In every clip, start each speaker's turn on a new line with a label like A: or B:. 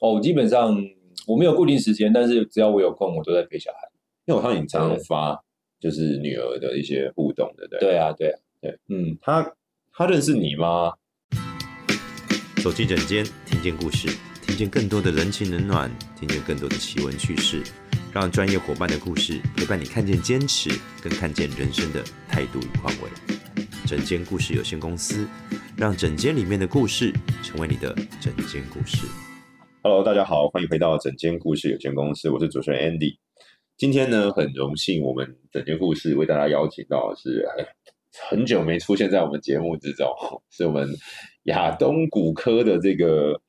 A: 哦，我基本上我没有固定时间，但是只要我有空，我都在陪小孩。
B: 因为我看你常常发就是女儿的一些互动，对不对？，
A: 对啊，对啊，
B: 嗯，她她认识你吗？
C: 走进诊间，听见故事，听见更多的人情冷暖，听见更多的奇闻趣事，让专业伙伴的故事陪伴你看见坚持，跟看见人生的态度与宽慰。诊间故事有限公司，让诊间里面的故事成为你的诊间故事。
B: Hello，大家好，欢迎回到整间故事有限公司，我是主持人 Andy。今天呢，很荣幸我们整间故事为大家邀请到的是哎很久没出现在我们节目之中， 是我们亚东骨科的这个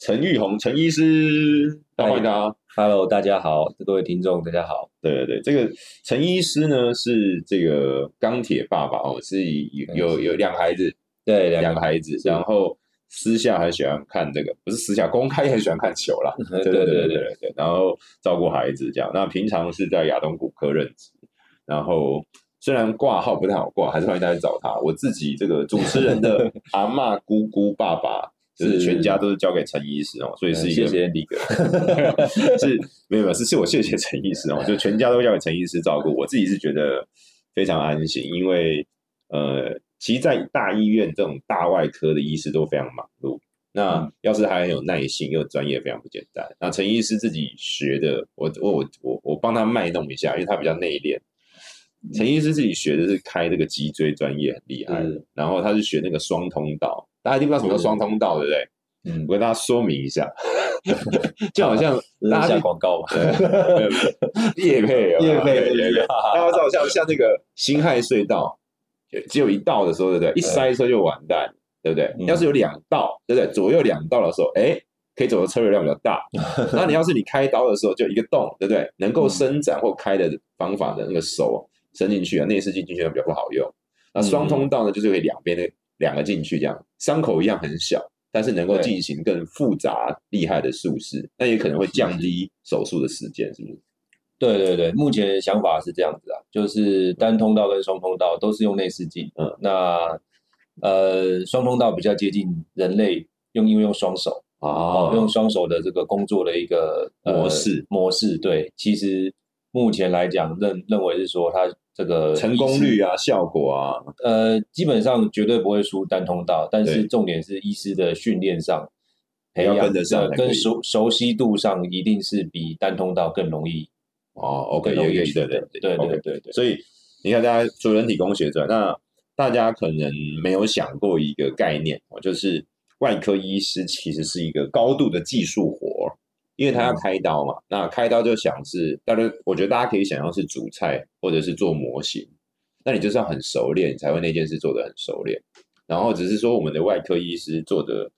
B: 陈玉红陈医师，那欢迎大家。
A: Hello，大家好，各位听众，大家好。
B: 对对对，这个陈医师呢是这个钢铁爸爸哦，是以有有有两个孩子，
A: 对，两
B: 两
A: 个
B: 个孩子，然后私下很喜欢看这个，不是私下，公开也很喜欢看球啦。
A: 对
B: 嗯 对对对
A: 对
B: 对对对，然后照顾孩子这样。那平常是在亚东骨科任职，然后虽然挂号不太好挂，还是欢迎大家去找他。我自己这个主持人 的阿嬷、姑姑、爸爸，就是
A: 是
B: 全家都是交给陈医师哦，所以是一个
A: 谢谢李哥。
B: 是没有没有，是是我谢谢陈医师哦，就全家都交给陈医师照顾，我自己是觉得非常安心，因为呃，其实，在大医院这种大外科的医师都非常忙碌，
A: 嗯
B: 那要是还很有耐心又专业，非常不简单。那陈医师自己学的，我我我我我帮他卖弄一下，因为他比较内敛。
A: 嗯
B: 陈医师自己学的是开这个脊椎专业，很厉害的。
A: 嗯
B: 然后他是学那个双通道，大家一定不知道什么叫双通道，对不对？
A: 嗯
B: 我，跟大家说明 一下，就好像大
A: 大
B: 家
A: 家
B: 去
A: 广告嘛，
B: 没有没有夜配有没有，
A: 业配
B: 对对大家知道像像那个辛亥隧道，只有一道的时候，对不对？一塞车就完蛋，对不对？
A: 嗯
B: 要是有两道，对不对？左右两道的时候，哎，可以走的车流量比较大。那你要是你开刀的时候，就一个洞，对不对？能够伸展或开的方法的那个手伸进去啊，内视镜进去比较不好用。那双通道呢，就是可以两边的两个进去这样，伤口一样很小，但是能够
A: 对
B: 进行更复杂厉害的术式，那也可能会降低手术的时间，是不是？
A: 对对对，目前的想法是这样子啊，就是单通道跟双通道都是用内视镜。
B: 嗯，
A: 那呃，双通道比较接近人类用因为用双手
B: 哦
A: 用双手的这个工作的一个、呃
B: 模式
A: 模式。对，其实目前来讲认认为是说它这个
B: 成功
A: 医
B: 率
A: 师
B: 啊，效果啊，
A: 呃基本上绝对不会输单通道，但
B: 对
A: 是重点是医师的训练上。培
B: 要
A: 养
B: 跟得上
A: 呃
B: 才可
A: 跟
B: 以
A: 熟熟悉度上，一定是比单通道更容易
B: 哦，OK，
A: 更容
B: 也
A: 易
B: 可以
A: 取
B: 对
A: 得对对
B: OK
A: 对对
B: 所以你看，大家除了人体工学之外，那大家可能没有想过一个概念哦，就是外科医师其实是一个高度的技术活儿，因为他
A: 嗯
B: 要开刀嘛。那开刀就想是，当然，我觉得大家可以想象是煮菜或者是做模型，那你就是要很熟练，你才会那件事做得很熟练。然后只是说，我们的外科医师做的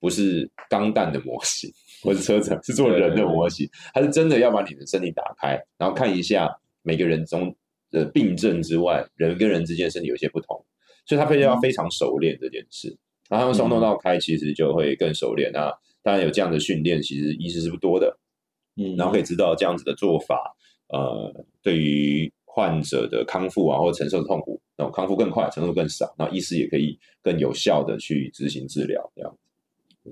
B: 不是钢弹的模型，或是车子，是做人的模型，他是真的要把你的身体打开，然后看一下每个人中的病症之外，人跟人之间的身体有一些不同，所以他必须要非常熟练这件事。然后他们双通道开，其实就会更熟练。那当然有这样的训练，其实医师是不多的，
A: 嗯，
B: 然后可以知道这样子的做法，呃，对于患者的康复啊，或承受的痛苦，那种康复更快，承受更少，然后医师也可以更有效的去执行治疗，这样。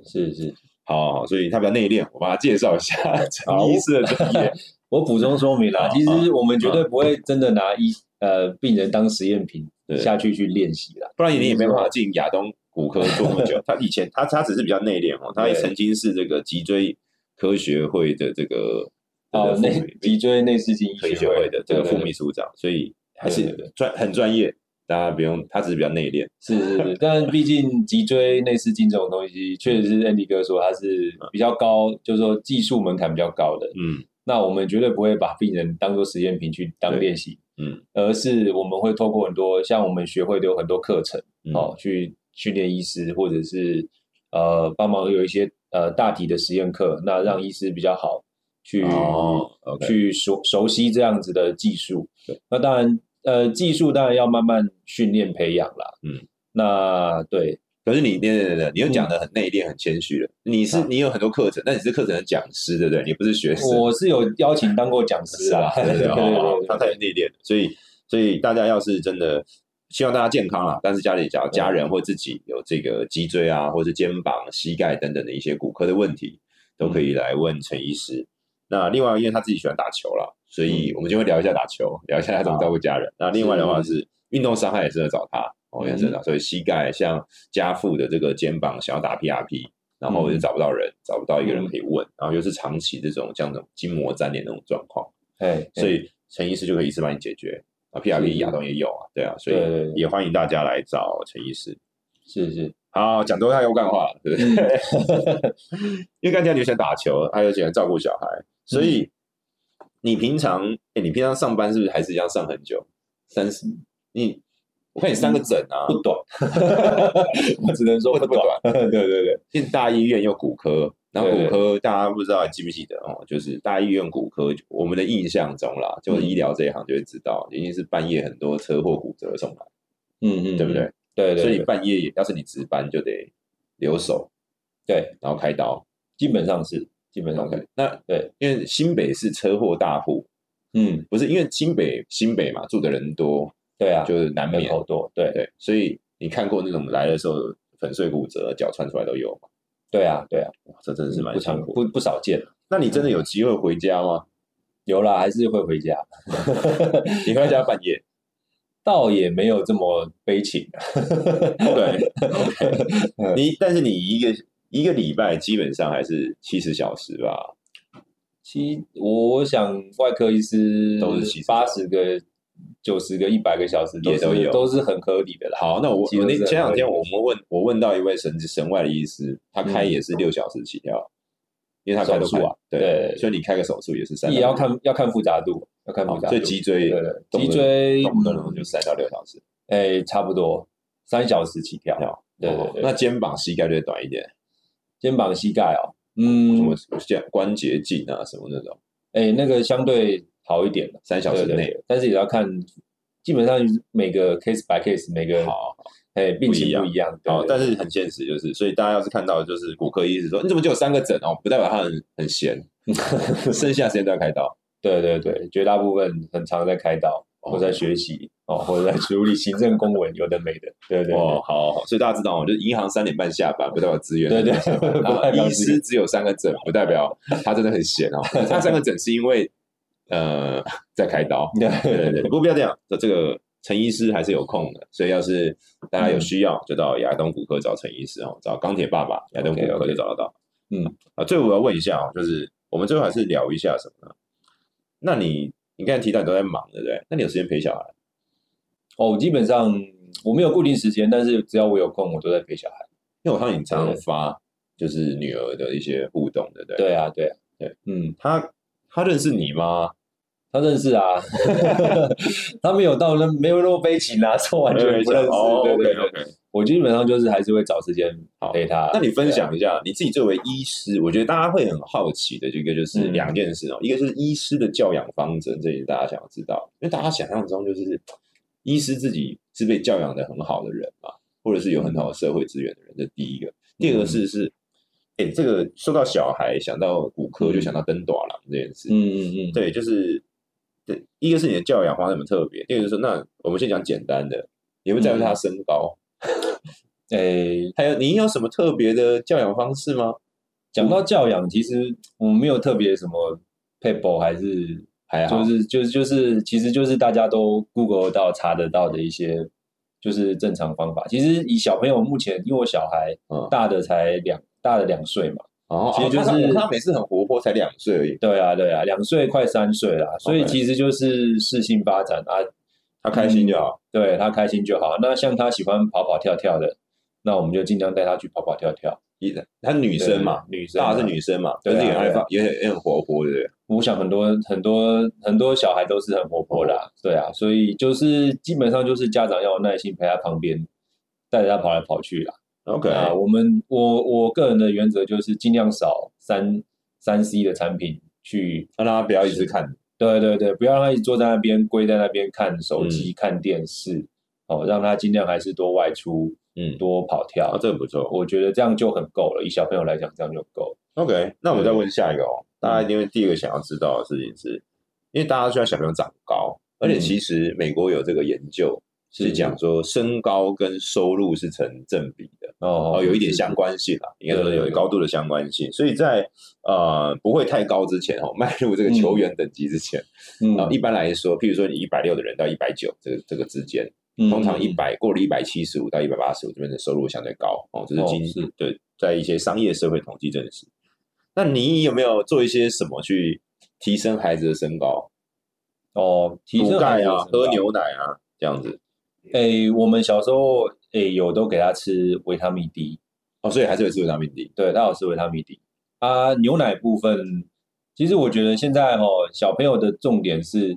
A: 是是，
B: 好，好所以他比较内敛，我帮他介绍一下陈
A: 好
B: 医师的专业。
A: 我补充说明
B: 啊
A: 啦，其实我们绝对不会真的拿医呃病人当实验品
B: 对
A: 下去去练习啦。
B: 不然你也没办法进亚东骨科做那么 久。他以前他他只是比较内敛哦，他也
A: 对
B: 曾经是这个脊椎科学会的这个
A: 哦，
B: 这个
A: 内
B: 副 理
A: 脊椎内视镜医
B: 科
A: 学
B: 学会的这个副
A: 对对
B: 秘书长，所以还
A: 对对
B: 是专很专业，大家不用，他只是比较内敛。
A: 是是是，但毕竟脊椎内视镜这种东西，确实是 Andy 哥说它是比较高，就是说技术门槛比较高的。
B: 嗯，
A: 那我们绝对不会把病人当做实验品去当
B: 对
A: 练习，
B: 嗯，
A: 而是我们会透过很多像我们学会都有很多课程。
B: 嗯
A: 哦，，去训练医师，或者是呃帮忙有一些呃大体的实验课，那让医师比较好去、
B: 嗯哦，OK
A: 去熟熟悉这样子的技术。那当然，呃，技术当然要慢慢训练培养啦。
B: 嗯，
A: 那对
B: 可是你对对对对，你又
A: 嗯
B: 讲的很内敛、很谦虚了。你
A: 啊
B: 是你有很多课程，但你是课程的讲师，对不对？你不是学生。
A: 我是有邀请当过讲师
B: 是
A: 啦
B: 啊，， 对对哦
A: 对
B: 他太内敛了，所以所以大家要是真的希望大家健康啦，但是家里只要家人或自己有这个脊椎啊，或是肩膀、膝盖等等的一些骨科的问题，都可以来问陈医师。那另外，因为他自己喜欢打球啦，所以我们就会聊一下打球，聊一下他怎么照顾家人。那另外的话嗯是运动伤害也适合找他，哦，也适合找。所以膝盖像家父的这个肩膀想要打 PRP，然后我就找不到人，找不到一个人可以问，然后又是长期这种像这种筋膜粘连那种状况，
A: 哎，
B: 所以陈医师就可以一次帮你解决。啊，PRP 亚东也有啊，对啊，所以
A: 对对对
B: 也欢迎大家来找陈医师。
A: 是是，
B: 好，讲多太又干话了，对不对？ 因为刚才你喜欢打球，还有喜欢照顾小孩，所以
A: 嗯
B: 你平常，哎、你平常上班是不是还是一样上很久？三十，你我看你三个整啊，
A: 不短，我只能说不
B: 不
A: 短， 对对对，
B: 进大医院又骨科，然后
A: 对
B: 骨科大家不知道还记不记得哦？就是大医院骨科，我们的印象中啦，就
A: 嗯
B: 医疗这一行就会知道，一定是半夜很多车祸骨折送来，
A: 嗯嗯，
B: 对不对？？
A: 对对，
B: 所以你
A: 对
B: 半夜也要是你值班就得留守，
A: 对，
B: 然后开刀。
A: 基本上是，基本上
B: OK，
A: 是，
B: 那
A: 对，
B: 因为新北是车祸大户，
A: 嗯，
B: 不是因为新北新北嘛，住的人多，
A: 对啊，
B: 就是难
A: 人
B: 免
A: 口多，对
B: 对，所以你看过那种来的时候粉碎骨折、脚穿出来都有嘛，
A: 对啊对啊，
B: 哇，这真的是蛮
A: 不
B: 辛
A: 常
B: 苦。
A: 不不少见，
B: 那你真的有机会回家吗？
A: 有啦，还是会回家，
B: 你回家半夜？
A: 倒也没有这么悲情，
B: 对，
A: 嗯
B: 你但是你一个一个礼拜基本上还是七十小时吧，
A: 其我想外科医师
B: 都是70
A: 八十个、九十个、一百个小时
B: 也
A: 是
B: 都有
A: 都是很合理的啦。
B: 好，那我
A: 其实
B: 那
A: 是很
B: 前两天
A: 合理
B: 我们问我问到一位神神外的医师，他开也是六小时起跳，因为他开都
A: 嗯手术
B: 开
A: 啊
B: 对，
A: 对
B: 所以你开个手术也是三，
A: 也要看要看复杂度，要看复杂度。
B: 哦所以脊椎
A: 对对
B: 动
A: 脊
B: 不
A: 椎
B: 动不动就三到六小时。
A: 哎差不多三小时起跳。
B: 跳
A: 对对对，
B: 哦那肩膀、膝盖就会短一点，
A: 肩膀、膝盖哦，
B: 什
A: 嗯
B: 么，肩关节镜啊，什么那种，
A: 哎那个相对好一点了，
B: 三小时
A: 对对
B: 内
A: 对但是也要看，基本上每个 case by case 每个
B: 好。
A: 哎病
B: 不一
A: 情
B: 样
A: 不一样。对
B: 好，
A: 对
B: 哦但是很现实，就是所以大家要是看到就是骨科医师说你怎么就有三个疹哦，不代表他很很闲， 剩下时间都要开刀。
A: 对对对，绝大部分很常在开刀，
B: 哦
A: 或在学习哦，或者在处理行政公文，有的没的。对对
B: 哦，好，好所以大家知道哦，就是银行三点半下班，不代表资源。
A: 对对对，
B: 然后
A: 不代表
B: 医
A: 资
B: 师
A: 源
B: 只有三个疹，不代表他真的 很闲哦。他三个疹是因为呃在开刀，
A: 对
B: 对对
A: 对
B: 对，不过不要这样，这这个陈医师还是有空的，所以要是大家有需
A: 嗯
B: 要，就到亚东骨科找陈医师哦，找钢铁爸爸亚东骨科
A: OK，OK
B: 就找得到。
A: 嗯
B: 啊，最后我要问一下哦，就是我们最后还是聊一下什么呢？那你你刚才提到你都在忙，对不对？那你有时间陪小孩？
A: 哦，基本上我没有固定时间，但是只要我有空，我都在陪小孩。
B: 因为我看到你常常发就是女儿的一些互动，对不对？，
A: 对啊，对啊，
B: 对，
A: 嗯，
B: 她她认识你吗？
A: 他认识啊， 他没有到那没有那么悲情啊，这完全不认识。
B: 哦
A: 对对
B: OK
A: 对，
B: OK。
A: 我基本上就是还是会找时间
B: 好
A: 陪他。
B: 那你分享一下你自己作为医师，我觉得大家会很好奇的一个就是
A: 嗯
B: 两件事哦，一个就是医师的教养方针，这也是大家想要知道，因为大家想象中就是医师自己是被教养的很好的人嘛，或者是有很
A: 嗯
B: 好的社会资源的人，这第一个。第二个是是，哎、这个说到小孩，想到骨科就想到登短郎这件事，
A: 嗯嗯嗯，
B: 对，就是对，一个是你的教养方面很特别，第二个就是说那我们先讲简单的，你会
A: 嗯
B: 在乎他身高，
A: 对，哎，
B: 还有你有什么特别的教养方式吗？
A: 讲到教养，其实我们没有特别什么 paper 还是
B: 还好，
A: 就是就是就是，其实就是大家都 Google 得到查得到的一些，就是正常方法。其实以小朋友目前，因为我小孩
B: 嗯
A: 大的才两大的两岁嘛，
B: 哦，
A: 其实
B: 哦
A: 就
B: 他
A: 是
B: 他每次很活泼，才两岁而已，
A: 对啊对啊，两岁快三岁啦，所以
B: OK
A: 其实就是适性发展啊，
B: 他开心就好。
A: 对他开心就好。那像他喜欢跑跑跳跳的，那我们就尽量带他去跑跑跳跳。
B: 一他女生嘛，
A: 对，女生
B: 大
A: 啊
B: 的是，女生嘛，但
A: 对啊
B: 是也很爱
A: 对啊
B: 放，也很也很活泼，对不对？
A: 我想很多很多很多小孩都是很活泼的啊、对啊，所以就是基本上就是家长要有耐心陪他旁边，带着他跑来跑去啦。
B: OK，
A: 啊、我们我我个人的原则就是尽量少三三 C 的产品去，
B: 让他不要一直看。
A: 对对对，不要让他一直坐在那边跪在那边看
B: 嗯
A: 手机、看电视，哦，让他尽量还是多外出，
B: 嗯，
A: 多跑跳
B: 啊，，这个不错。
A: 我觉得这样就很够了。以小朋友来讲，这样就够了。
B: OK，那我们再问下一个哦。大家因为第一个想要知道的事情是，因为大家需要小朋友长高，而且其实美国有这个研究，
A: 是
B: 嗯是讲说身高跟收入是成正比的，
A: 哦
B: 哦，有一点相关性啦，应该说有高度的相关性，所以在呃不会太高之前哦， 迈入这个球员等级之前，
A: 嗯
B: 啊、一般来说，譬如说你一百六的人到一百九这个这个之间，
A: 嗯
B: 通常一百过了一百七十五到一百八十五这边的收入相对高哦，这是
A: 哦
B: 经、
A: 是
B: 对在一些商业社会统计证实。那你有没有做一些什么去提升孩子的身高？
A: 哦，提
B: 补
A: 升孩
B: 钙
A: 子的
B: 啊，
A: 身高
B: 喝牛奶啊，这样子
A: 诶，我们小时候诶有都给他吃维他命 D，
B: 哦，所以还是有吃维他命 D
A: 对，他有吃维他命 D。啊，牛奶部分，其实我觉得现在哦，小朋友的重点是，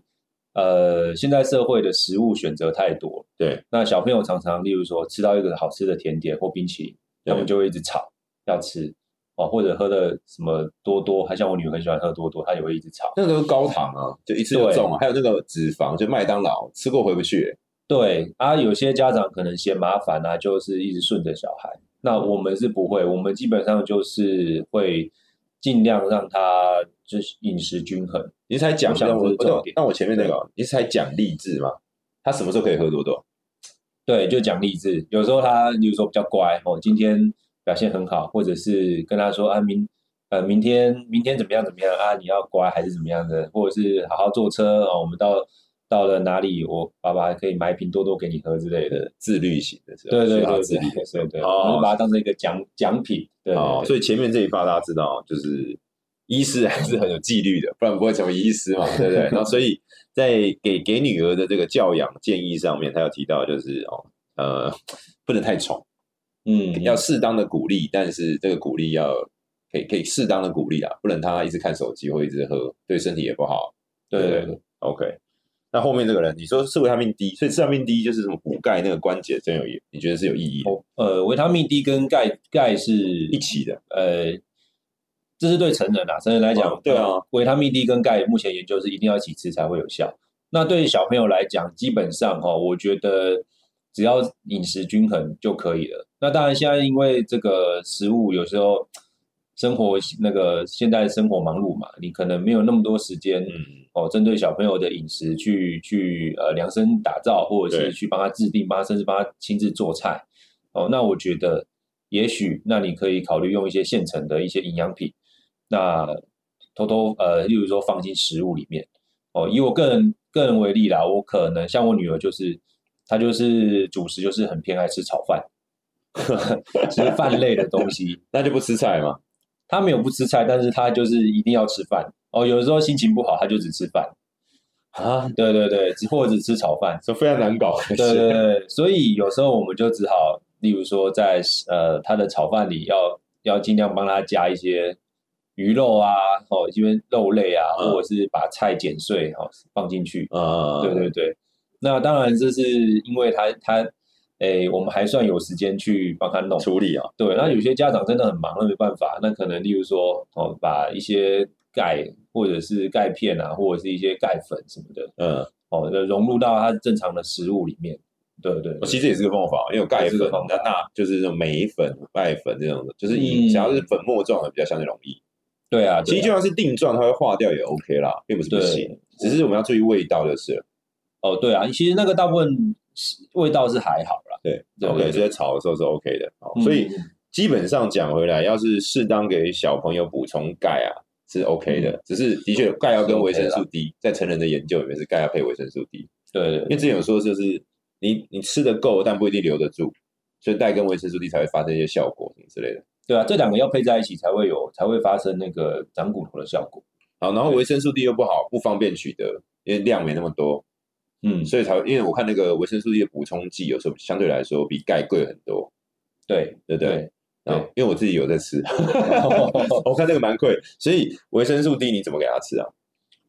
A: 呃，现在社会的食物选择太多，
B: 对，
A: 那小朋友常常例如说吃到一个好吃的甜点或冰淇淋，
B: 对
A: 他们就会一直吵要吃哦，或者喝的什么多多，还像我女儿很喜欢喝多多，她也会一直吵。
B: 那个都是高糖啊，就一次就
A: 对
B: 中啊，还有那个脂肪，就麦当劳吃过回不去、欸
A: 对啊，有些家长可能嫌麻烦啊，就是一直顺着小孩。那我们是不会，我们基本上就是会尽量让他就是饮食均衡。
B: 你才讲
A: 我想
B: 像我
A: 这是重
B: 那我
A: 点
B: 那我前面那个，你才讲励志嘛？他什么时候可以喝多多？
A: 对，就讲励志。有时候他，比如说比较乖哦，今天表现很好，或者是跟他说啊，明呃明天明天怎么样怎么样啊，你要乖还是怎么样的，或者是好好坐车哦，我们到到了哪里，我爸爸可以买一瓶多多给你喝之类的。
B: 自律型的时候，
A: 对对
B: 需要
A: 对
B: 自
A: 对
B: 律。
A: 对对对，
B: 哦
A: 我们就把它当成一个奖奖品。对
B: 哦，
A: 对
B: 所以前面这一趴大家知道，就是医师还是很有纪律的，不然不会成为医师嘛，对不对？ 然后所以在给给女儿的这个教养建议上面，他有提到就是哦，呃，不能太宠，
A: 嗯，
B: 要适当的鼓励，但是这个鼓励要可以可以适当的鼓励啊，不能他一直看手机或一直喝，对身体也不好。
A: 对
B: 对
A: 对
B: 对
A: 对，
B: OK，那后面这个人，你说是维他命 D，所以吃维他命 D 就是什么补钙那个关节真有意，你觉得是有意义的
A: 哦呃，维他命 D 跟钙钙是
B: 一
A: 一
B: 起的，
A: 呃，这是对成人啊，成人来讲，
B: 哦对啊，
A: 维他命 D 跟钙目前研究是一定要一起吃才会有效。那对于小朋友来讲，基本上哈、哦，我觉得只要饮食均衡就可以了。那当然，现在因为这个食物有时候生活那个现在生活忙碌嘛，你可能没有那么多时间，
B: 嗯，
A: 哦，针对小朋友的饮食去去呃量身打造，或者
B: 对
A: 是去帮他制定，帮他甚至帮他亲自做菜。哦，那我觉得也许那你可以考虑用一些现成的一些营养品，那偷偷呃，例如说放进食物里面。哦，以我个人个人为例啦，我可能像我女儿就是，她就是主食就是很偏爱吃炒饭， 吃饭类的东西。
B: 那就不吃菜嘛。
A: 她没有不吃菜，但是她就是一定要吃饭。哦，有的时候心情不好，她就只吃饭。
B: 啊，。
A: 对对对，只或者吃炒饭
B: 这非常难搞的
A: 对对
B: 事。
A: 对，所以有时候我们就只好，例如说在呃他的炒饭里要要尽量帮他加一些鱼肉啊，哦，因为肉类啊，
B: 嗯
A: 或者是把菜剪碎哦放进去。
B: 啊，
A: 对对对，那当然这是因为他他。诶，我们还算有时间去帮他弄。
B: 处理啊，
A: 对，那有些家长真的很忙，那没办法。那可能例如说，哦，把一些钙或者是钙片啊，或者是一些钙粉什么的，
B: 嗯，
A: 哦，就融入到它正常的食物里面。对对
B: 我
A: 对，
B: 哦其实也是个方法，因为有钙
A: 也是
B: 粉
A: 个方，
B: 那
A: 法
B: 那就是这种镁粉、钙粉这种的，就是
A: 嗯
B: 以只要是粉末状的比较相对容易。
A: 对啊，
B: 其
A: 对啊
B: 实就算是定状，它会化掉也 OK 啦，并不是不行，只是我们要注意味道就是了。
A: 哦，对啊，其实那个大部分是味道是还好啦。
B: 对
A: 对
B: ，OK，
A: 对
B: 所以在炒的时候是 OK 的。好所以
A: 嗯嗯
B: 基本上讲回来，要是适当给小朋友补充钙啊。是
A: 嗯
B: OK 的，只是的确钙要跟维生素 D，在成人的研究里面是钙要配维生素 D，
A: 对
B: 因为
A: 对
B: 之前有说，就是你你吃的够，但不一定留得住，所以钙跟维生素 D 才会发生一些效果什么之类的。
A: 对啊，这两个要配在一起才会有，才会发生那个长骨头的效果。
B: 好，然后维生素 D 又不好，不方便取得，因为量没那么多，
A: 嗯，
B: 所以才会因为我看那个维生素 D 的补充剂，有时候相对来说比钙贵很多，
A: 对
B: 对不对？
A: 对
B: 然后因为我自己有在 吃， 我看那个蛮贵，所以维生素 D 你怎么给他吃啊？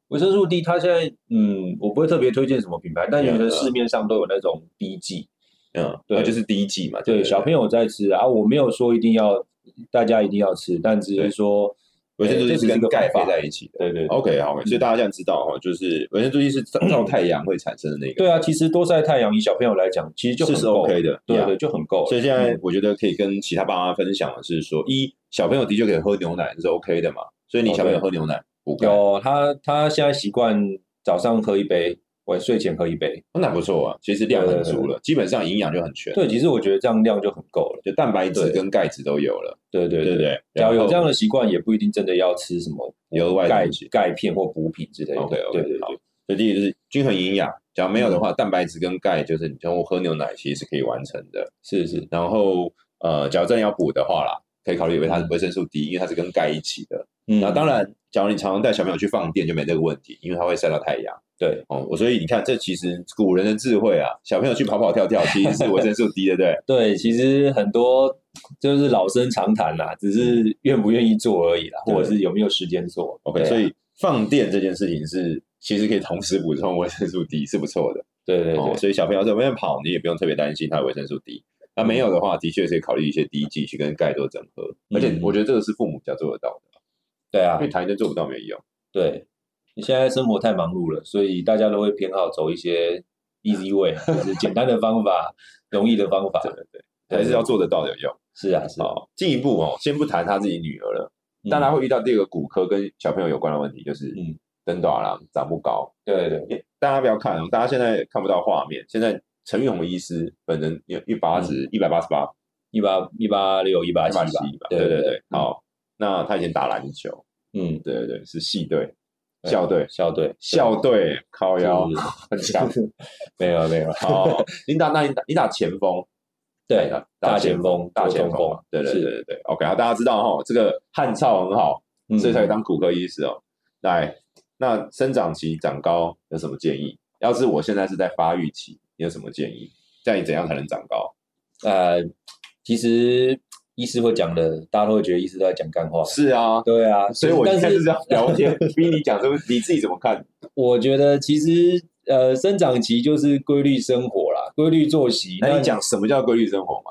A: 维生素 D，它现在嗯，我不会特别推荐什么品牌，但有
B: 啊
A: 的市面上都有那种 D 剂，
B: 嗯，
A: 对
B: 那就是第一剂嘛，
A: 对，小朋友在吃啊，我没有说一定要大家一定要吃，但只
B: 对
A: 是说，
B: 维生素
A: 哎
B: D
A: 这
B: 是
A: 只是
B: 跟
A: 一个
B: 钙
A: 方
B: 配
A: 法嗯
B: 在一哦起的。
A: 对对对
B: OK，好，所以大家这样知道哈，就是维生素 D 是照照太阳会产生的那个，
A: 对啊，其实多晒太阳，以小朋友来讲，其实就很
B: 这是
A: 够
B: OK 的
A: 对
B: 呀
A: 对，就很够了。
B: 所以现在
A: 嗯
B: 我觉得可以跟其他爸妈分享的是说，一小朋友的确可以喝牛奶这是 OK
A: 哦
B: 的嘛，所以你小朋友喝牛奶补钙，
A: 有他，他现在习惯早上喝一杯，晚睡前喝一杯。
B: 哦那不错啊，其实量
A: 对
B: 很
A: 对对
B: 足了，基本上营养就很全，
A: 对，其实我觉得这样量就很够了。
B: 就蛋白质
A: 对
B: 跟钙质都有了，
A: 对对
B: 对不对？
A: 只要有
B: 然后
A: 这样的习惯，也不一定真的要吃什么
B: 有额外的
A: 钙
B: 东西
A: 钙片或补品之类的。
B: OK
A: 对
B: OK，
A: 对
B: 好
A: 对，。
B: 所以第一个就是均衡营养，只要没有的
A: 嗯
B: 话，蛋白质跟钙就是你通过喝牛奶其实是可以完成的。
A: 是是，
B: 然后呃，假如真的要补的话啦，可以考虑维他维生素 D，因为它是跟钙一起的。
A: 嗯
B: 那当然，假如你常常带小朋友去放电就没这个问题，因为它会晒到太阳。
A: 对，
B: 哦，我所以你看，这其实古人的智慧啊，小朋友去跑跑跳跳，其实是维生素 D 的，对不对？
A: 对，其实很多就是老生常谈啦，只是愿不愿意做而已啦，
B: 嗯对
A: 或者是有没有时间做。
B: OK，、
A: 对啊
B: 所以放电这件事情是其实可以同时补充维生素 D，是不错的。
A: 对对
B: 哦，
A: 对，
B: 所以小朋友在外面跑，你也不用特别担心他有维生素 D。那没有的
A: 嗯
B: 话，的确是可以考虑一些低剂去跟钙做整合，而且我觉得这个是父母比较做得到的，
A: 对啊
B: 因为，谈一针做不到没有用。
A: 对。你现在生活太忙碌了，所以大家都会偏好走一些 easy way，就是简单的方法、容易的方法。
B: 还是要做得到的有用。
A: 是啊，是啊，
B: 好，进一步哦，先不谈他自己女儿了，大家
A: 嗯
B: 会遇到第二个骨科跟小朋友有关的问题，就是
A: 嗯
B: 灯短了长不高。
A: 对对
B: 因为大家不要看哦，大家现在看不到画面。现在陈玉红医师本人有一八
A: 嗯
B: 十一百八十八
A: 一八一八六一八
B: 一
A: 七
B: 八
A: 吧
B: 七吧，，
A: 对
B: 对对
A: 对
B: 对，，好。那他以前打篮球，
A: 嗯，
B: 对对对，是系队、
A: 对
B: 校队、
A: 校队
B: 校队靠
A: 对
B: 腰
A: 是
B: 很 强。
A: 没有没有，
B: 哦，你打那你打你打前锋，
A: 对
B: 打，
A: 大前锋、
B: 大
A: 大
B: 前
A: 前
B: 锋嘛
A: 锋，，
B: 对对
A: 是
B: 对，对对。OK，好，大家知道哈，这个汉超很好，
A: 嗯
B: 所以才可以当骨科医师哦。来，那生长期长高有什么建议？要是我现在是在发育期，你有什么建议？在怎样才能长高？
A: 呃，其实医师会讲的，大家都会觉得医师都在讲干话。
B: 是啊，
A: 对啊，
B: 所以我
A: 但
B: 现在就是
A: 是
B: 要聊天， 逼你讲，是不是？你自己怎么看？
A: 我觉得其实呃，生长期就是规律生活啦，规律作息。
B: 那你讲什么叫规律生活嘛？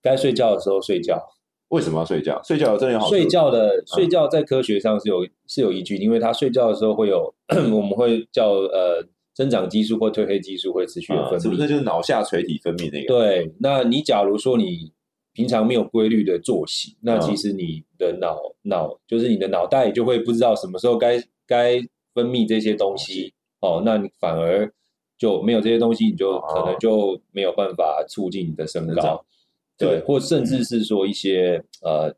A: 该睡觉的时候睡觉，
B: 为什么要睡觉？睡觉有真的有好处？
A: 睡觉
B: 嗯
A: 的睡觉在科学上是有是有依据，因为他睡觉的时候会有 我们会叫呃生长激素或褪黑激素会持续的
B: 啊
A: 分
B: 是不
A: 泌
B: 是。就是脑下垂体分泌那个？
A: 对，那你假如说你平常没有规律的作息，那
B: 嗯
A: 其实你的脑脑就是你的脑袋就会不知道什么时候该该分泌这些东西哦，那你反而就没有这些东西，你就可能
B: 哦
A: 就没有办法促进你的身
B: 成
A: 高，
B: 长
A: 对，
B: 对嗯
A: 或甚至是说一些、呃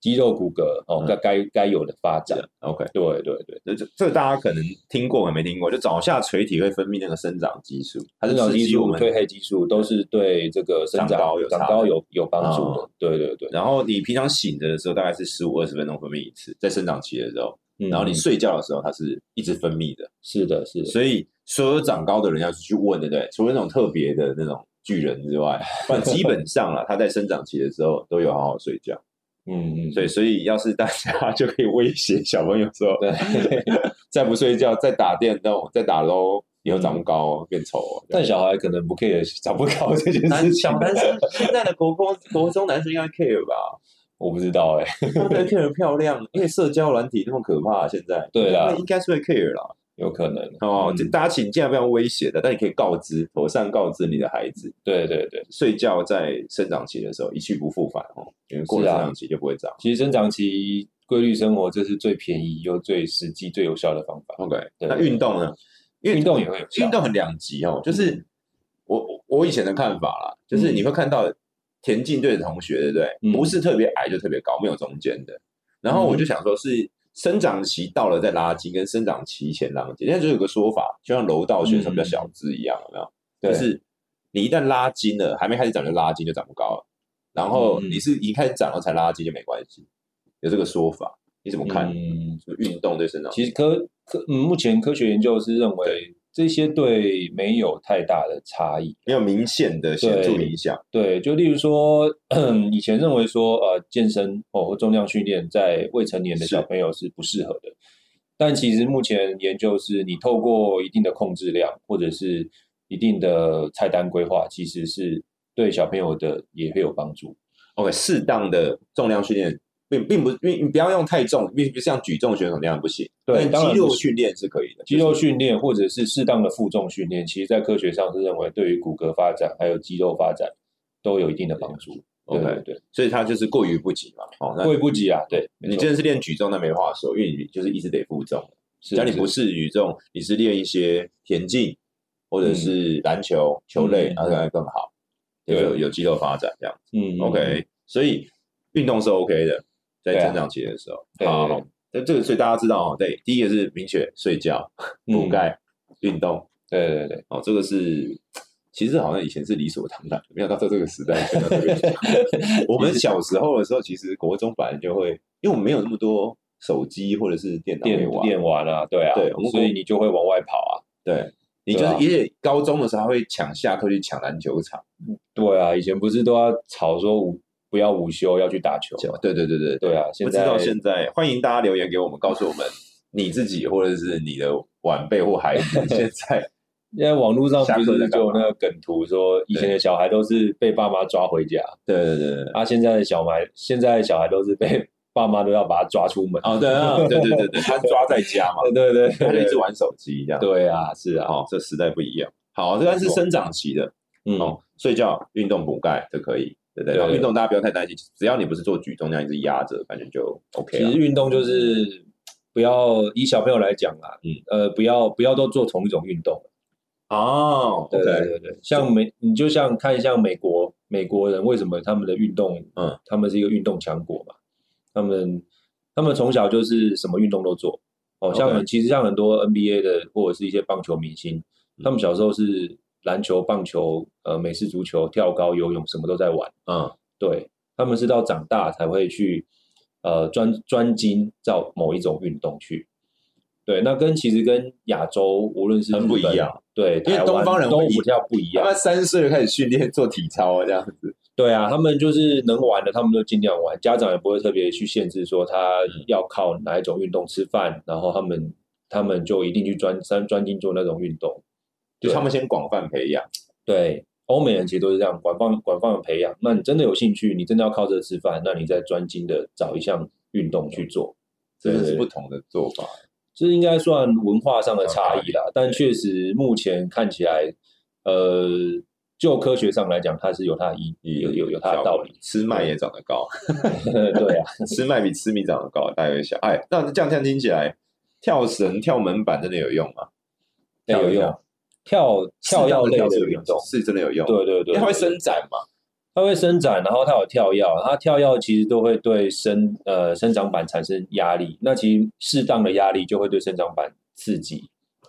A: 肌肉骨骼哦
B: 嗯
A: 该该该有的发展，
B: ，OK。
A: 对对对，
B: 这这这大家可能听过，没听过，就早下垂体会分泌那个生长激素，它是
A: 生长
B: 刺
A: 激
B: 激我
A: 素、
B: 们
A: 褪黑激素都是对这个生
B: 长
A: 长
B: 高有差哦别
A: 有有帮助的，对对对，
B: 然后你平常醒着的时候大概是十五二十分钟分泌一次，在生长期的时候，
A: 嗯
B: 然后你睡觉的时候它是一直分泌的，
A: 是的是的。
B: 所以所有长高的人要去问，对不对？除了那种特别的那种巨人之外，不然基本上 啊，他在生长期的时候都有好好睡觉。
A: 嗯嗯，
B: 所以，所以要是大家 就可以威胁小朋友说，
A: 对，
B: 再不睡觉，再打电动，再打 LO，以后长不高哦，变丑哦。
A: 但小孩可能不 care 长不高这件
B: 男
A: 事情，
B: 小男生现在的国高国中男生应该 care 吧？
A: 我不知道哎、
B: 他们的 care 漂亮，因为社交软体那么可怕、啊现在
A: 对啦
B: 他们应该是会 care 啦。
A: 有可能
B: 哦，
A: 嗯
B: 这大家请尽量不要威胁的，但你可以告知，妥善告知你的孩子，
A: 对对对，
B: 睡觉在生长期的时候一去不复返哦，因为过了
A: 是啊
B: 生长期就不会长。
A: 其实生长期规律生活这是最便宜又最实际、最有效的方法。
B: OK，
A: 对
B: 那运动呢？因为
A: 运动也会有效嗯
B: 运动很两极哦，就是我我我以前的看法啦，就是你会看到田径队的同学，对不对？
A: 嗯
B: 不是特别矮就特别高，没有中间的。然后我就想说，是生长期到了再拉筋，跟生长期前拉筋，现在就有个说法，就像柔道选手比较小只一样，有没有？
A: 嗯对
B: 就是你一旦拉筋了，还没开始长就拉筋，就长不高了。然后
A: 嗯
B: 你是一开始长了才拉筋就没关系，有这个说法，你怎么看？
A: 嗯，
B: 什么运动对生长？
A: 其实科科、嗯、目前科学研究是认为这些对没有太大的差异。
B: 没有明显的显著影响。
A: 对，就例如说， 以前认为说，呃，健身哦或重量训练在未成年的
B: 是
A: 小朋友是不适合的，但其实目前研究是，你透过一定的控制量或者是一定的菜单规划，其实是对小朋友的也会有帮助。
B: OK，适当的重量训练并并不，因为你不要用太重，并不像举重选手那样不行。
A: 对
B: 但
A: 当然
B: 肌肉
A: 不行
B: 训练是可以的，
A: 肌肉
B: 就是
A: 训练或者是适当的负重训练，其实在科学上是认为对于骨骼发展还有肌肉发展都有一定的帮助。对
B: OK
A: 对对，
B: 所以它就是过于不及嘛。哦，那
A: 过于不及啊，对，没
B: 你
A: 错
B: 真的是练举重，那没话说，因为你就是一直得负重。
A: 是
B: 只要你
A: 是
B: 不是举重，你是练一些田径或者是篮球、球类，
A: 嗯
B: 那当然更好，
A: 对
B: 有有肌肉发展这样。
A: 嗯
B: OK，所以运动是 OK 的，在
A: 对啊
B: 成长期的时候。
A: 对
B: 好，那这个所以大家知道哦，对，第一个是明确睡觉、补
A: 嗯，
B: 钙、运动，
A: 对对对，
B: 哦，这个是。其实好像以前是理所当然，没想到在这个时代变到这个地 步。我们小时候的时候，其实国中本来就会，因为我们没有那么多手机或者是电脑可以
A: 电
B: 玩，
A: 电玩啊，对啊，
B: 对我们
A: 所以你就会往外跑啊，
B: 对，你就
A: 对
B: 是，
A: 啊
B: 而且高中的时候还会抢下课去抢篮球场，
A: 对啊，以前不是都要吵说午不要午休，要去打球，
B: 对对对对
A: 对啊，现
B: 不知道
A: 在
B: 现在，欢迎大家留言给我们，告诉我们你自己或者是你的晚辈或 孩子现在
A: 现在网络上
B: 下
A: 不
B: 课在
A: 是
B: 干
A: 就有那个梗图说，以前的小孩都是被爸妈抓回家，
B: 对对对对。
A: 啊，现在的小孩现在的小孩都是被爸妈都要把他抓出门，
B: 哦，对啊，对对对对，他抓在家嘛，
A: 对对
B: 他就一
A: 对
B: 直玩手机这样。，
A: 对啊，是啊，
B: 哦，这时代不一样。好，这个是生长期的
A: 嗯，
B: 哦，睡觉、运动、补钙这可以，对不对？
A: 对
B: 然后运动大家不要太担心，只要你不是做举重那样一直压着，感觉就 OK
A: 其
B: 了
A: 实。运动就是不要以小朋友来讲啦，
B: 嗯
A: 嗯，呃，不要不要都做同一种运动，
B: 哦
A: 对对
B: ，OK，
A: 对对，像美，你就像看一下美国美国人为什么他们的运动，
B: 嗯
A: 嗯，他们是一个运动强国嘛，他们他们从小就是什么运动都做，哦，像
B: OK
A: 很其实像很多 NBA 的或者是一些棒球明星，他们小时候是篮球、棒球、呃美式足球、跳高、游泳什么都在玩，
B: 嗯，
A: 对，他们是到长大才会去呃专专精到某一种运动去。对，那跟其实跟亚洲无论是
B: 很不
A: 日
B: 一
A: 本
B: 样，
A: 对，
B: 因为
A: 台湾
B: 东方人
A: 都
B: 会一
A: 比较不一
B: 他
A: 样
B: 们。三岁就开始训练做体操啊这样子。
A: 对啊，他们就是能玩的，他们就尽量玩，家长也不会特别去限制说他要靠哪一种运动吃饭，然后他们他们就一定去专专专精做那种运动。
B: 就
A: 对
B: 他们先广泛培养。
A: 对，欧美人其实都是这样，广泛广泛的培养。那你真的有兴趣，你真的要靠这吃饭，那你再专精的找一项运动去做。
B: 这
A: 对
B: 个是
A: 对
B: 不同的做法。
A: 这应该算文化上的差异啦，但确实目前看起来，呃，就科学上来讲，它是有它的意，有有有它的道理。
B: 吃麦也长得高，
A: 对啊，
B: 吃麦比吃米长得高，大家会想，哎，那这样这样听起来，跳绳、跳门板真的有用吗？
A: 对有
B: 跳一
A: 用
B: 跳，
A: 跳跳
B: 跳
A: 跃类
B: 是
A: 的
B: 有
A: 运
B: 用
A: 动，
B: 是真的有用，
A: 对对
B: 因
A: 对，
B: 为它会
A: 对
B: 伸展嘛。
A: 它会伸展，然后它有跳跃，它跳跃其实都会对生呃生长板产生压力，那其实适当的压力就会对生长板刺激，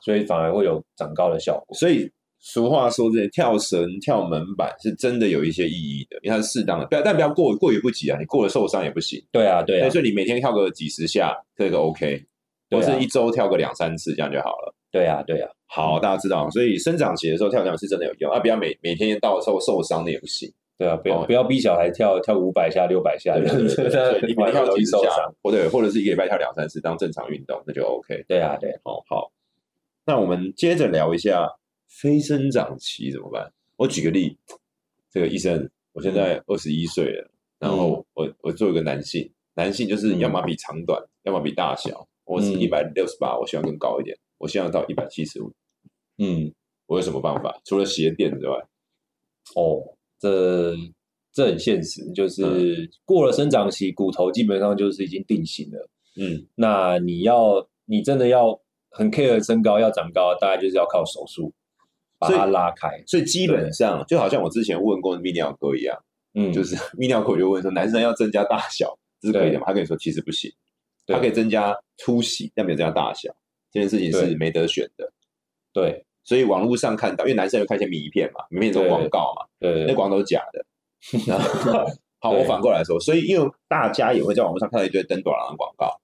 A: 所以反而会有长高的效果。
B: 所以俗话说这些跳绳、跳门板是真的有一些意义的，因为它是适当的，不要但不要过过于不及啊，你过了受伤也不行。
A: 对啊，对啊，
B: 所以你每天跳个几十下，这个 OK，
A: 对
B: 或
A: 啊
B: 是一周跳个两三次，这样就好了。
A: 对啊，对啊，
B: 好，大家知道，所以生长期的时候跳跳是真的有用啊，不要每每天到时候受伤的也不行。
A: 对啊，不要
B: 哦
A: 不要逼小孩跳跳五百下、六百下，
B: 对对对
A: 这
B: 对
A: 样
B: 对，你每
A: 反
B: 天
A: 而
B: 跳
A: 容
B: 几
A: 易
B: 十
A: 受
B: 下
A: 伤。，
B: 或者或者是一个礼拜跳两三次当正常运动，那就 OK。
A: 对啊，对啊，
B: 哦，好，那我们接着聊一下非生长期怎么办？我举个例，这个医生，我现在二十一岁了，然后我我做一个男性，男性就是要么比长短，要么比大小。我是
A: 嗯
B: 一百六十八，我希望更高一点，我希望到一百七十五。
A: 嗯，
B: 我有什么办法？除了鞋垫之外，
A: 哦，这这很现实，就是过了生长期，骨头基本上就是已经定型了。
B: 嗯，
A: 那你要你真的要很 care 身高要长高，大概就是要靠手术把
B: 所以
A: 它拉开。
B: 所以基本上就好像我之前问过泌尿科一样。
A: 嗯，
B: 就是泌尿科我就问说，男生要增加大小，这是可以的吗？他跟你说其实不行，
A: 对
B: 他可以增加粗细，但没有增加大小，这件事情是
A: 对
B: 没得选的。
A: 对
B: 所以网络上看到，因为男生有看一些名片嘛，名片中
A: 对
B: 广告嘛，
A: 对
B: 那
A: 对
B: 广告都是假 的。 然后好，
A: 对
B: 我反过来说，所以因为大家也会在网络上看到一堆登短郎广告，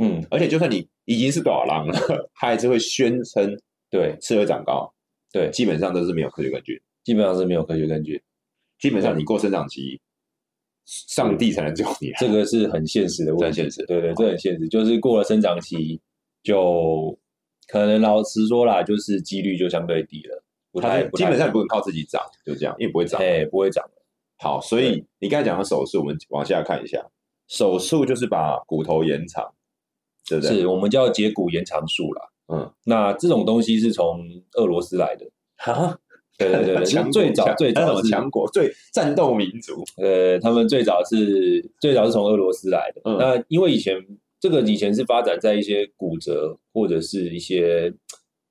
A: 嗯
B: 而且就算你已经是短郎了，他还是会宣称
A: 对
B: 吃了长高，
A: 对，
B: 基本上都是没有科学根据。
A: 基本上是没有科学根据，
B: 基本上你过生长期，上帝才能救你啊。
A: 这个是很现实的
B: 这
A: 问
B: 很
A: 题。
B: 现实
A: 对对，这很现实，就是过了生长期就可能老实说啦，就是几率就相对低了，不
B: 它
A: 太
B: 就
A: 不
B: 基
A: 太
B: 本上不能靠自己长，就这样，因为不会长。
A: 哎不会长。
B: 好，所以你刚才讲的手术，我们往下看一下，手术就是把骨头延长，对不对？
A: 是我们叫截骨延长术啦。
B: 嗯，
A: 那这种东西是从俄罗斯来的。
B: 啊，
A: 对对对对，
B: 强
A: 那
B: 国
A: 最早
B: 强
A: 最
B: 那
A: 早
B: 种
A: 是
B: 强国最战斗民族，
A: 呃，他们最早是最早是从俄罗斯来的。
B: 嗯
A: 那因为以前这个以前是发展在哦一些骨折或者是一些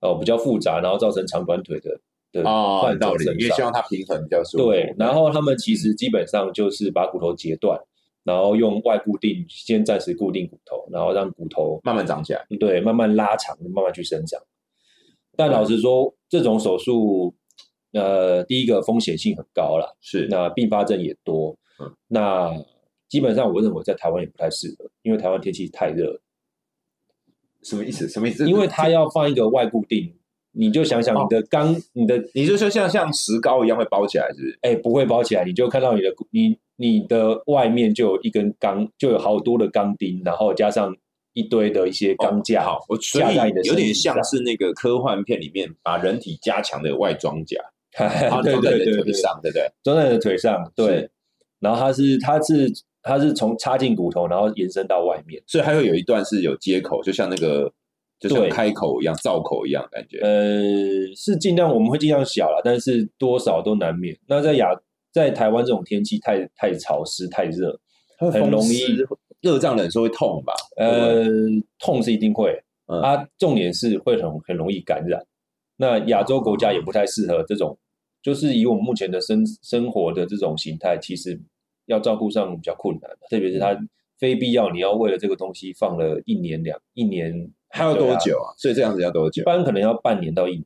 A: 呃比较复杂，然后造成长短腿的的
B: 啊，
A: 患
B: 有道
A: 者
B: 理，
A: 身
B: 因为希
A: 上。
B: 望它平衡比较舒服。
A: 对，然后他们其实基本上就是把骨头截断，然后用外固定先暂时固定骨头，然后让骨头
B: 慢慢长起来，
A: 对慢慢拉长，慢慢去生长。但老实说，这种手术，呃，第一个风险性很高啦，
B: 是
A: 那并发症也多
B: 嗯。
A: 那基本上我认为在台湾也不太适合，因为台湾天气太热了，
B: 什么意思？什么意思？
A: 因为它要放一个外固定，你就想
B: 哦
A: 想你的钢，你的
B: 你就说像像石膏一样会包起来，是不是？
A: 哎、不会包起来，你就看到你的你你的外面就有一根钢，就有好多的钢钉，然后加上一堆的一些钢架，
B: 哦好，我所
A: 架
B: 以
A: 啊在你的
B: 有
A: 身体
B: 点
A: 上
B: 像是那个科幻片里面把人体加强的外装甲，然 后
A: 对
B: 装在
A: 对
B: 你
A: 对
B: 的
A: 对
B: 腿，上，对不对？
A: 装在你的腿上，对
B: 是。
A: 然后它是它是它是从插进骨头，然后延伸到外面。
B: 所以还会有一段是有接口，就像那个就像
A: 对
B: 开口一样、造口一样感觉。
A: 呃，是尽量我们会尽量小啦，但是多少都难免。那在亚在台湾这种天气太太潮湿太热，
B: 它会
A: 很
B: 风
A: 容易
B: 湿热胀冷缩会痛吧？
A: 呃，痛是一定会，
B: 嗯
A: 啊，重点是会很很容易感染。那亚洲国家也不太适合这种，就是以我们目前的生生活的这种形态，其实要照顾上比较困难，啊特别是它
B: 嗯
A: 非必要，你要为了这个东西放了一年两一年，
B: 它要
A: 对
B: 多
A: 啊
B: 久啊？所以这样子要多
A: 一
B: 久？
A: 般可能要半年到一年。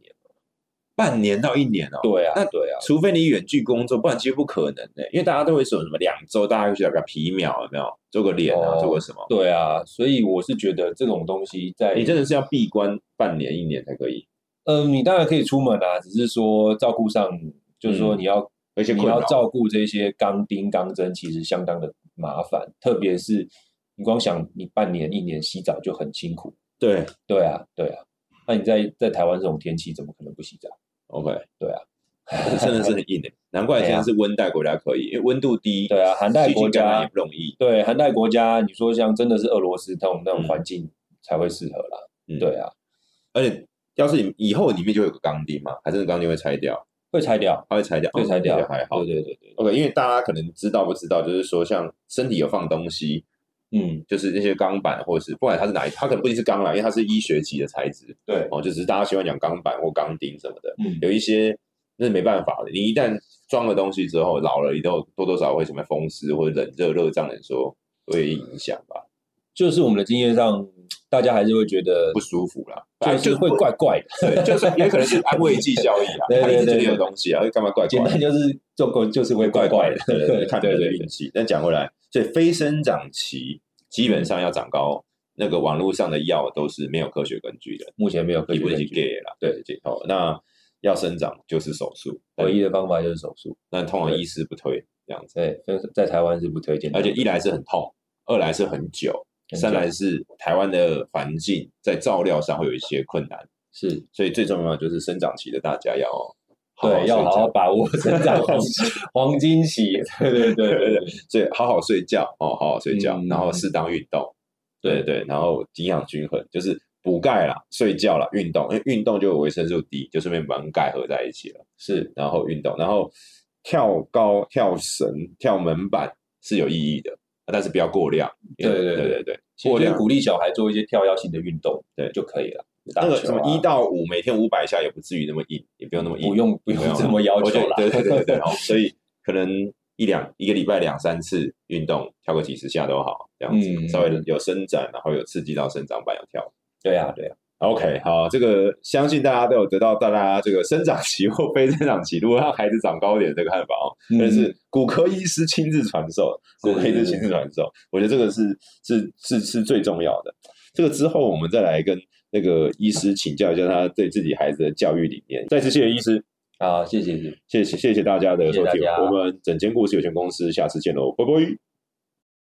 B: 半年到一年哦。
A: 对啊
B: 那，
A: 对啊，
B: 除非你远距工作，不然几乎不可能的、因为大家都会说什么两周，大家会去打个皮秒，有没有？做个脸啊，
A: 哦
B: 做个什么？
A: 对啊，所以我是觉得这种东西在
B: 你真的是要闭关半年、一年才可以，
A: 嗯，你当然可以出门啊，只是说照顾上，就是说
B: 嗯
A: 你要、
B: 而且
A: 你
B: 困扰
A: 要照顾这些钢钉、钢针，其实相当的麻烦，特别是你光想你半年、一年洗澡就很辛苦。
B: 对
A: 对啊，对啊，那你在在台湾这种天气，怎么可能不洗澡？
B: ，OK，
A: 对啊，
B: 这 真的是很硬的、难怪现在是温带国家可以，因为温度低，
A: 对啊寒带
B: 细菌
A: 国家
B: 感染也不容易。
A: 对，寒带国家，你说像真的是俄罗斯那种那种
B: 嗯
A: 环境才会适合啦。
B: 嗯
A: 对啊，
B: 而且要是你以后里面就有个钢钉嘛，还是那钢钉会拆掉？
A: 会拆掉，
B: 它会拆掉，
A: 会拆掉
B: 哦那就还好
A: 对。对对对，
B: OK，因为大家可能知道不知道，就是说像身体有放东西，
A: 嗯，
B: 就是那些钢板或者是不管它是哪一，它可能不一定是钢啦，因为它是医学级的材质
A: 对，
B: 哦，就只是大家喜欢讲钢板或钢钉什么的，
A: 嗯，
B: 有一些那是没办法的。你一旦装了东西之后，老了以后多多少少会什么风湿或者冷热热胀冷缩会影响吧，
A: 就是我们的经验上，大家还是会觉得
B: 不舒服啦，
A: 就
B: 反正
A: 是会怪怪的。，
B: 对，就是也可能是安慰剂效益啊
A: 对对
B: 他一直觉
A: 对
B: 得有
A: 对
B: 东西啊，干嘛怪
A: 简
B: 怪的
A: 单就是做狗 就是会怪怪的，
B: 对 对对，看你
A: 对
B: 的
A: 对
B: 运气。但讲回来，所以非生长期基本上要长高，那个网络上的药都是没有科学根据的，
A: 目前没有科
B: 你
A: 学
B: 不
A: 根
B: 是
A: 据，
B: gay 啦，对对。好，那要生长就是手术，
A: 唯一的方法就是手术。
B: 那通常医师不推这样子，
A: 对，所以在台湾是不推荐的，
B: 而且一来是很痛，二来是很久，
A: 很
B: 三
A: 久
B: 来是台湾的环境在照料上会有一些困难，
A: 是
B: 所以最重要的就是生长期的大家要好
A: 对，要
B: 睡
A: 好
B: 觉
A: 好把握成 长黄黄金期。对对对对对，
B: 所以好好睡觉哦，好好睡觉，
A: 嗯
B: 然后适当运动，对
A: 对
B: 对，然后营养均衡，就是补钙啦、睡觉啦、运动，因为运动就有维生素 D，就顺便把跟钙合在一起了。
A: 是
B: 然后运动，然后跳高、跳绳、跳门板是有意义的，啊但是不要过量。
A: 对对
B: 对
A: 对
B: 对对，
A: 其
B: 过
A: 实
B: 量
A: 鼓励小孩做一些跳跃性的运动，
B: 对
A: 就可以了。打
B: 那个
A: 球
B: 什么
A: 啊
B: 一到五每天五百下也不至于那么硬，也不用那么硬，啊
A: 不用不用这么要
B: 我
A: 求
B: 觉得
A: 啦。
B: 对对对 对对，好，所以可能一两一个礼拜两三次运动，跳个几十下都好，这样子、
A: 嗯
B: 稍微有伸展，然后有刺激到生长板有跳。
A: 对啊对啊，
B: OK，好，这个相信大家都有得到大家这个生长期或非生长期，如果让孩子长高一点这个看法哦，
A: 嗯
B: 但是骨科医师亲自传授，骨
A: 是
B: 科医师亲自传授，我觉得这个是是是是最重要的。这个之后我们再来跟那个医师请教一下他对自己孩子的教育理念。再次谢谢医师，
A: 啊，谢谢谢谢。
B: 谢谢谢谢大家的收
A: 谢
B: 听，
A: 谢大家
B: 我们整间故事有限公司下次见喽，拜拜。